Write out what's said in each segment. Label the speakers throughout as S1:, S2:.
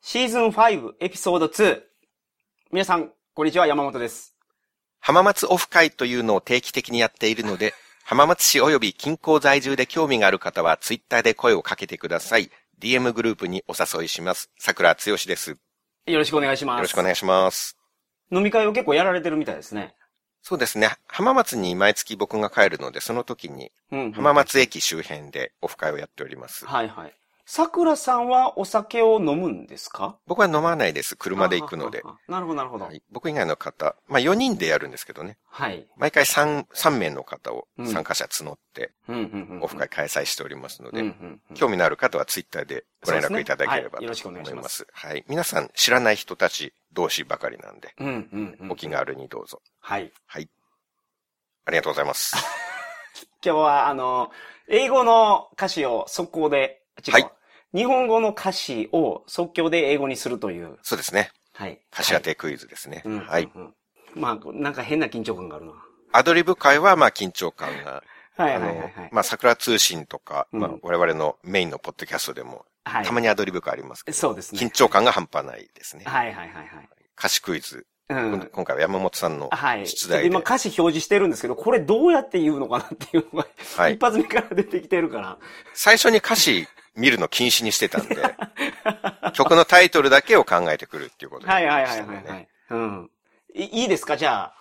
S1: シーズン5エピソード2。皆さん、こんにちは、山本です。
S2: 浜松オフ会というのを定期的にやっているので、浜松市及び近郊在住で興味がある方は、ツイッターで声をかけてください。DM グループにお誘いします。桜剛です。よ
S1: よろしくお願いします。
S2: ろしくお
S1: い
S2: 願いします。
S1: 飲み会を結構やられてるみたいですね。
S2: そうですね。浜松に毎月僕が帰るので、その時に
S1: うん、うん
S2: 浜。松駅周辺でオフ会をやっております。
S1: はいはい。桜さんはお酒を飲むんですか
S2: 僕は飲まないです。車で行くので。
S1: あ。あああなるほど、なるほど。は。
S2: はいい僕以外の方、まあ4人でやるんですけどね。毎回 3, 3名の方を
S1: うん
S2: 参加者募って
S1: うんうんうん。
S2: オフ会開催しておりますので、
S1: うんうんうん。
S2: 興味のある方はツイッターでご連絡いただけれ
S1: そうです
S2: ばと思
S1: ねはいよろしくお願いし
S2: い
S1: ま
S2: ますす。はい。皆さん知らない人たち同士ばかりなんで、
S1: うんうんうん。
S2: お気軽にどうぞ。
S1: はい。
S2: ありがとうござ います。
S1: 今日は、あの、英語の歌詞を速攻で、違う
S2: はい
S1: 日本語の歌詞を即興で英語にするという。
S2: そうですね。
S1: はい。
S2: 歌詞当てクイズですね。
S1: うん
S2: はい。。
S1: うんまあ、なんか変な緊張感があるな。
S2: アドリブ会はまあ緊張感が、
S1: は
S2: あ
S1: いはいはい
S2: の
S1: はい、。
S2: まあ桜通信とか、
S1: うん
S2: まあ我々のメインのポッドキャストでも、
S1: はい
S2: たまにアドリブ会ありますけど、
S1: そうですね。
S2: 緊張感が半端ないですね。
S1: はいはいはい
S2: 歌詞クイズ、
S1: はい。うん。
S2: 今回は山本さんの、
S1: はい。
S2: 出題で
S1: 今歌詞表示してるんですけど、これどうやって言うのかなっていうのが、
S2: はい
S1: 一発目から出てきてるから。
S2: 最初に歌詞見るの禁止にし てたんで、曲のタイトルだけを考えてくるっていうことにな
S1: はい
S2: り
S1: はい
S2: ま
S1: は
S2: し
S1: い
S2: た
S1: は
S2: ね
S1: いはい。うん。いいいですかじゃあ。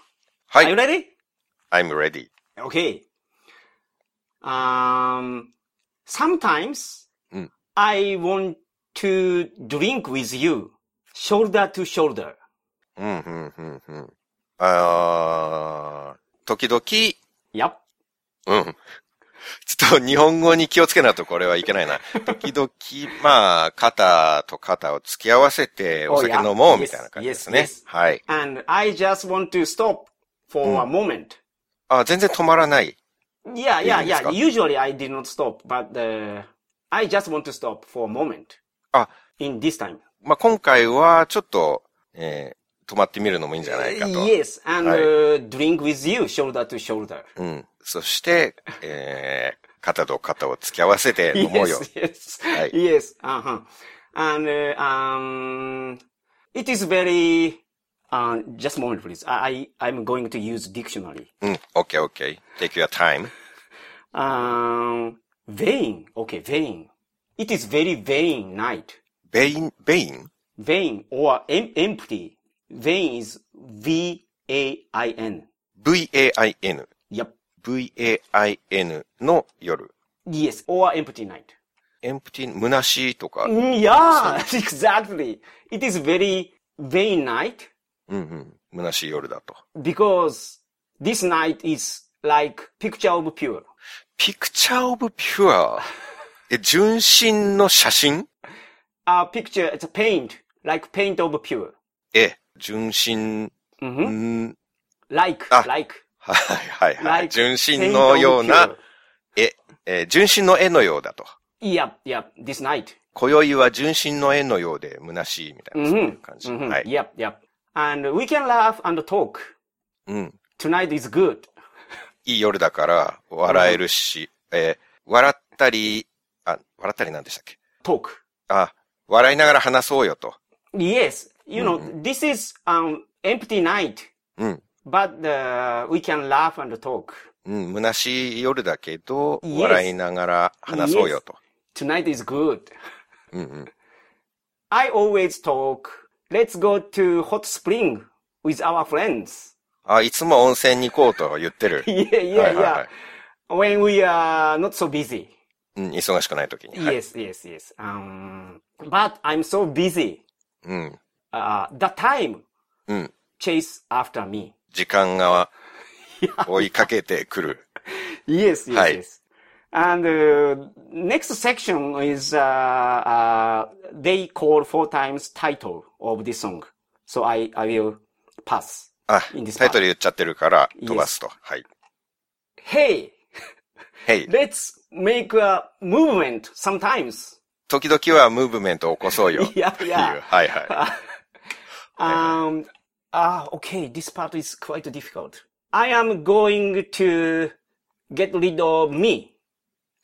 S2: は
S1: Are you
S2: い。
S1: ready?
S2: I'm ready.
S1: Okay. Um, sometimes
S2: うん。
S1: I want to drink with you, shoulder to shoulder.
S2: うん、うん、うん、うん。あー、時
S1: Yep.
S2: 々、うん。ちょっと日本語に気をつけないとこれはいけないな。時々、 まあ、肩と肩を突き合わせてお酒飲
S1: Oh,
S2: も
S1: yeah.
S2: うみたいな感じです
S1: Yes,
S2: ね
S1: yes.。
S2: はい。
S1: And I just want to stop for a
S2: うん
S1: moment.
S2: あ全然止まらない。
S1: Yeah, yeah,
S2: Feelings
S1: yeah.
S2: got-
S1: Usually I did not stop, but uh, I just want to stop for a moment.
S2: Ah.
S1: in this time.
S2: まあ、今回はちょっと、えー止まってみるのもいいんじゃないかと。
S1: Uh, Yes, and
S2: Hi.
S1: uh, drink with you, shoulder to shoulder.
S2: うん。そして、えー、肩と肩を突き合わせて飲もうよ。
S1: Yes, yes,
S2: はい。
S1: yes. Uh huh. And uh, um, it is very. Uh, just a moment, please. I I- I'm going to use dictionary.
S2: うん。OK, OK. Take your time.
S1: Um, vain. Okay, vain. It is very vain night.
S2: ベイン、ベイン
S1: Vain or em- empty. Vain is V A I N.
S2: ?V-A-I-N。
S1: Yep.
S2: V-A-I-N の夜。
S1: Yes, or empty night.
S2: エンプティ、虚しいとか。うん、
S1: Mm, Yeah, exactly. It is very vain night
S2: うん。虚しい夜だと。
S1: because this night is like picture of pure.
S2: ピクチャーオブピュア。え、純真の写真
S1: A picture, it's a paint, like paint of pure.
S2: え、純真、う
S1: hmm
S2: ん、
S1: Like,
S2: Ah.
S1: like,
S2: はいはいはい
S1: like。
S2: 純
S1: paint
S2: 真
S1: of
S2: のような
S1: pure.
S2: 絵、えー純真の絵のようだと。
S1: Yep, yep, this night.
S2: 今宵は純真の絵のようで虚しいみたいな、そういう
S1: Mhm,
S2: 感じ。
S1: mhm,
S2: はい。
S1: Yep, yep. And we can laugh and talk.
S2: うん。
S1: Tonight is good.
S2: いい夜だから、笑えるし、えー笑ったり、あ、笑ったりなんでしたっけ
S1: Talk.
S2: あ、笑いながら話そうよと。
S1: Yes, you know, this is um empty night,
S2: うん。
S1: but uh, we can laugh and talk.
S2: うん、虚しい夜だけど、
S1: Yes.
S2: 笑いながら話そうよと。
S1: Tonight is good.
S2: うんうん。
S1: I always talk. Let's go to hot spring with our friends.。
S2: あ、いつも温泉に行こうと言ってる
S1: yeah,
S2: は
S1: yeah,
S2: いはいは
S1: yeah.
S2: い。
S1: When we are not so busy.
S2: うん、忙しくない時に。はい。
S1: Yes, yes, yes. Um, but I'm so busy.
S2: うん。
S1: Uh, the time
S2: うん。
S1: chase after me.
S2: 時間が追いかけてくる。
S1: Yes, yes,
S2: Hi.
S1: yes. And uh, next section is uh, uh, they call four times title of this song. So I, I will pass.
S2: あ
S1: In this part.、
S2: タイトル言っちゃってるから飛ばすと。はい。
S1: Hey,
S2: Hey,
S1: let's make a movement sometimes.
S2: 時々はムーブメントを起こ そうよ。
S1: いや
S2: って
S1: いうや
S2: はいはい。
S1: Um, ah, okay, this part is quite difficult. I am going to get rid of me.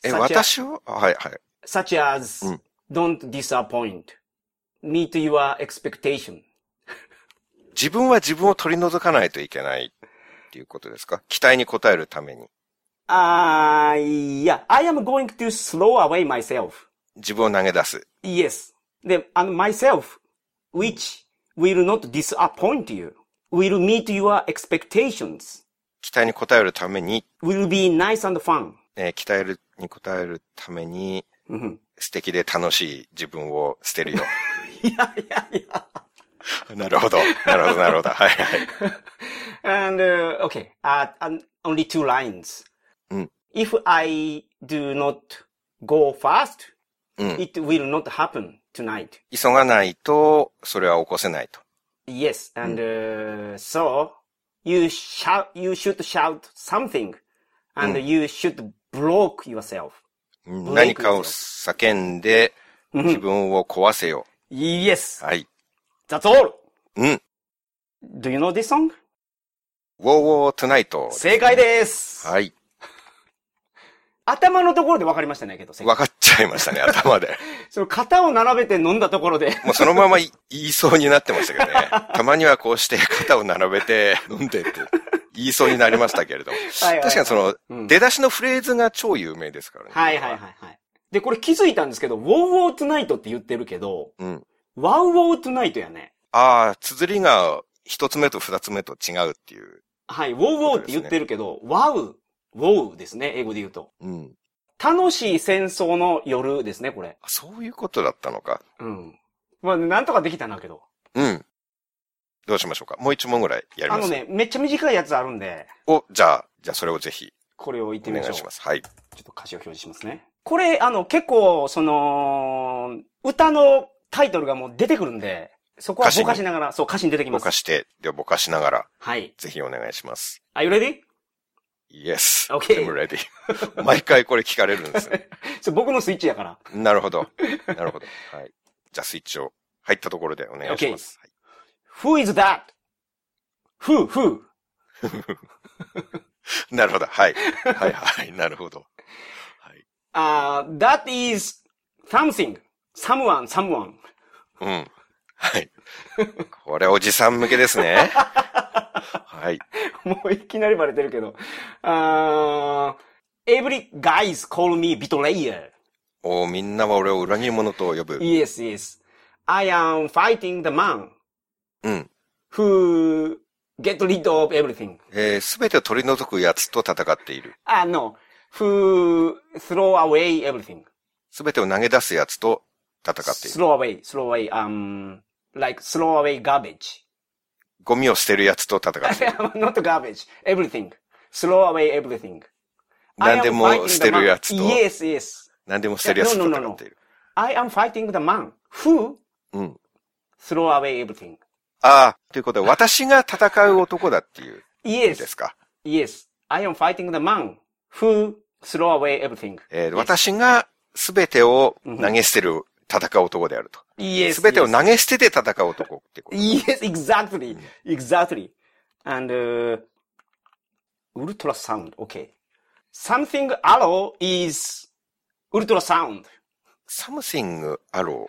S2: え、
S1: such, as,
S2: 私ははいはい。
S1: such as don't disappoint. meet your expectation.
S2: 自分は自分を取り除かないといけないっていうことですか期待に応えるために。
S1: Uh, yeah, I am going to throw away myself.
S2: 自分を投げ出す。
S1: Yes. Then, and myself, which will not disappoint you, will meet your expectations,
S2: 期待に応えるために、
S1: will be nice and fun.
S2: えー期待るに応えるために、
S1: Mhm.
S2: 素敵で楽しい自分を捨てるよ。
S1: yeah, yeah, yeah.
S2: なるほど。なるほど、なるほど。はいはい。
S1: And, uh, okay, uh, and only two lines.
S2: Mm.
S1: If I do not go fast,
S2: Mm.
S1: it will not happen tonight.
S2: 急がないと、それは起こせないと。
S1: Yes, and uh, so you shout, you should shout something, and you should block yourself.
S2: うん
S1: ブレイ
S2: 何
S1: ク
S2: かを叫んで、自分を壊せよ。
S1: Yes,
S2: はい。
S1: that's all.
S2: うん。
S1: Do you know this song?
S2: ウォーウォートゥナイト。
S1: 正解です。
S2: はい。
S1: 頭のところで分かりましたねけど、正解
S2: 分かっちゃいましたね、頭で。
S1: その型を並べて飲んだところ で。
S2: もうそのままい言いそうになってましたけどね。たまにはこうして肩を並べて飲んでって言いそうになりましたけれども。
S1: はいはい
S2: 確かにその、
S1: うん
S2: 出だしのフレーズが超有名ですからね。
S1: はいはいはいはい。で、これ気づいたんですけど、ウォーウォートゥナイトって言ってるけど、
S2: うん。
S1: ワウウォートゥナイトやね。
S2: ああ、綴りが一つ目と二つ目と違うっていう。
S1: はい、ウォーウォーって言ってるけど、ワウ、ウォウですね、英語で言うと。
S2: うん。
S1: 楽しい戦争の夜ですね、これ。
S2: あそういうことだったのか。
S1: うん。まあ、なんとかできたなけど。
S2: うん。どうしましょうか。もう一問ぐらいやり
S1: あ
S2: ま
S1: の
S2: す。
S1: ね、めっちゃ短いやつあるんで、
S2: お、じゃあ、じゃあそれをぜひ
S1: これを言って
S2: お
S1: み
S2: 願
S1: ましょう。
S2: いします。はい。
S1: ちょっと歌詞を表示しますね。これ、あの、結構、その、歌のタイトルがもう出てくるんで、そこは
S2: 歌詞に
S1: ぼかしながら、そう、歌詞に出てきま
S2: ぼか
S1: す。
S2: して、でぼかしながら、
S1: はい。
S2: ぜひお願いします。
S1: Are you ready?
S2: Yes.
S1: Okay.
S2: I'm ready. 毎回これ聞かれるんですね。
S1: それ僕のスイッチやから。
S2: なるほど。なるほど。はい。じゃあスイッチを入ったところでお願いします。はい
S1: Who is that?Who, who?
S2: なるほど。はい。はいはい。なるほど。はい。
S1: あー that is something, someone, someone.
S2: うん。はい。これおじさん向けですね。はい。
S1: もういきなりバレてるけど。あー every guys call me betrayer.
S2: おみんなは俺を裏切り者と呼ぶ。
S1: Yes, yes. I am fighting the man
S2: うん。
S1: who get rid of everything.
S2: す、え、べ、全てを取り除くやつと戦っている。
S1: Ah, no. Who throw away everything.
S2: すべてを投げ出すやつと戦っている。
S1: Throw away, throw away, um, like throw away garbage.
S2: ゴミを捨てるやつと戦っている。
S1: Not garbage, everything. Throw away everything.
S2: 何でも捨てるやつと
S1: I am fighting the man- Yes, yes.
S2: 何でも捨てるやつと戦っている。
S1: I am fighting the man who
S2: うん。
S1: throw away everything.
S2: ああ、ということは私が戦う男だっていう意味で
S1: Yes,
S2: すか。
S1: yes. I am fighting the man who throw away everything.
S2: えー私が全てを投げ捨てる、戦う男であると。
S1: Yes.
S2: 全てを
S1: yes.
S2: 投げ捨てて戦う男ってこと。
S1: Yes, exactly. Exactly. And uh, ultrasound, okay. Something arrow is ultrasound.
S2: something arrow.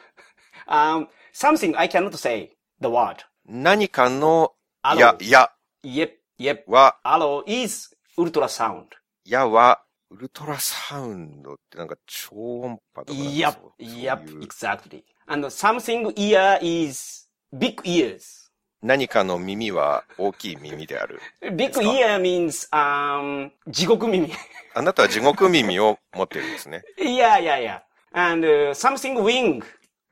S1: Um, something I cannot say the word.
S2: 何かの、
S1: Arrow.
S2: や、や
S1: Yep, yep.
S2: は、
S1: Arrow is ultrasound.
S2: やは、ウルトラサウンドってなんか超音波とかなんかそう。
S1: Yep,
S2: そういう
S1: yep, exactly. And something ear is big ears.
S2: 何かの耳は大きい耳である。
S1: Big ear means um 地獄耳。
S2: あなたは地獄耳を持ってるんですね。
S1: yeah, yeah, yeah. And uh, something wing,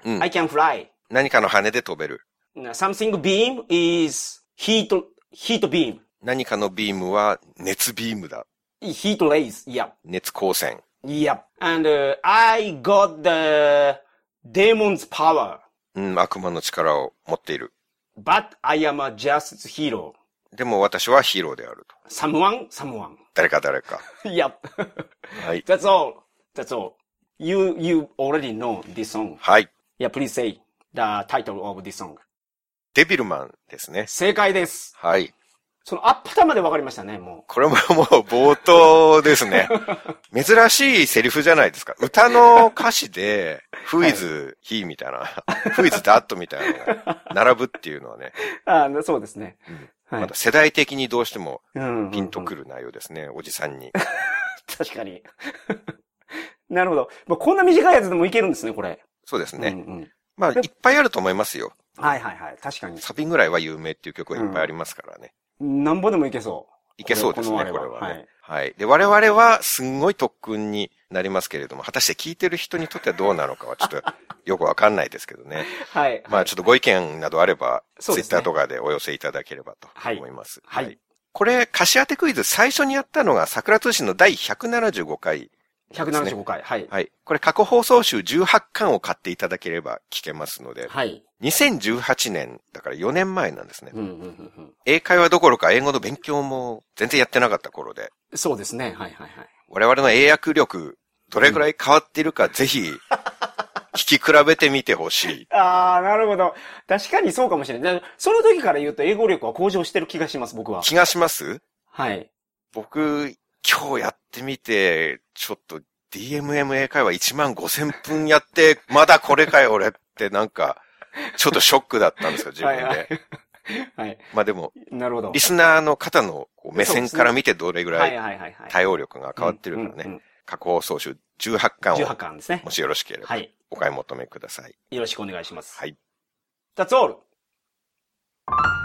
S2: うん
S1: I can fly.
S2: 何かの羽で飛べる。
S1: Something beam is heat heat beam,
S2: 何かのビームは熱ビームだ。
S1: heat rays. Yep,
S2: 熱光線。
S1: yep. And uh, I got the demon's power,
S2: うん、悪魔の力を持っている。
S1: but I am a just hero.
S2: でも私はヒーローであると。
S1: Someone, someone.
S2: 誰か誰か。
S1: yep.
S2: はい。
S1: That's all. That's all. You you already know this song.
S2: はい。
S1: Yeah, please say the title of this song.
S2: デビルマンですね。
S1: 正解です。
S2: はい。
S1: そのアップ頭で分かりましたね、も
S2: これももう冒頭ですね。珍しいセリフじゃないですか。歌の歌詞で、Who is he みたいな、Who is that みたいなのが並ぶっていうのはね、
S1: う。あーそうですね。は
S2: ま
S1: い
S2: た。世代的にどうしても
S1: うん
S2: ピンとくる内容ですね、おじさんに。
S1: 確かに。なるほど。まあ、こんな短いやつでもいけるんですね、これ。
S2: そうですね。
S1: うんうん
S2: まあ、いっぱいあると思いますよ。
S1: はいはいはい。確かに。
S2: サビぐらいは有名っていう曲がいっぱいありますからね。
S1: なんぼでもいけそ
S2: いけそうですね、
S1: こ
S2: こ
S1: れ
S2: れ
S1: は
S2: はね。はい、で、我々はすんごい特訓になりますけれども、果たして聞いてる人にとってはどうなのかはちょっとよくわかんないですけど
S1: う。
S2: ね。
S1: はい。
S2: まあ、ちょっとご意見などあれば、
S1: そう
S2: ツ
S1: で
S2: イッ
S1: す
S2: タ
S1: ね
S2: ーとかでお寄せいただければと
S1: はい
S2: 思います。
S1: はい
S2: これ、歌詞当てクイズ最初にやったのが桜通信の第175回。
S1: 175回。はい。
S2: はい。これ過去放送集18巻を買っていただければ聞けますので、
S1: はい。
S2: 2018年、だから4年前なんですね。
S1: うんうんうんうん
S2: 英会話どころか英語の勉強も全然やってなかった頃で、
S1: そうですね。はいはいはい。
S2: 我々の英訳力、どれぐらい変わっているか、ぜひ、聞き比べてみてほし い。
S1: ああ、なるほど。確かにそうかもしれない。でその時から言うと英語力は向上してる気がします、僕は。
S2: 気がします
S1: はい。
S2: 僕、今日やってみて、ちょっと DMM 英会話1万5000分やって、まだこれかよ、俺ってなんか、ちょっとショックだったんですよ、自分で。
S1: はいはい。
S2: まあでも、
S1: なるほど。
S2: リスナーの方のこう目線から見てどれぐ
S1: は
S2: ら
S1: い
S2: い
S1: はいはいはい。
S2: 対応力が変わってるか
S1: う
S2: ら
S1: んうんう
S2: ね、
S1: ん
S2: 過去放送集18巻
S1: 18
S2: を、
S1: 巻ですね
S2: も。しよろしければ。
S1: はい。
S2: お買い求めください。
S1: よろしくお願いします。
S2: はい。
S1: That's all!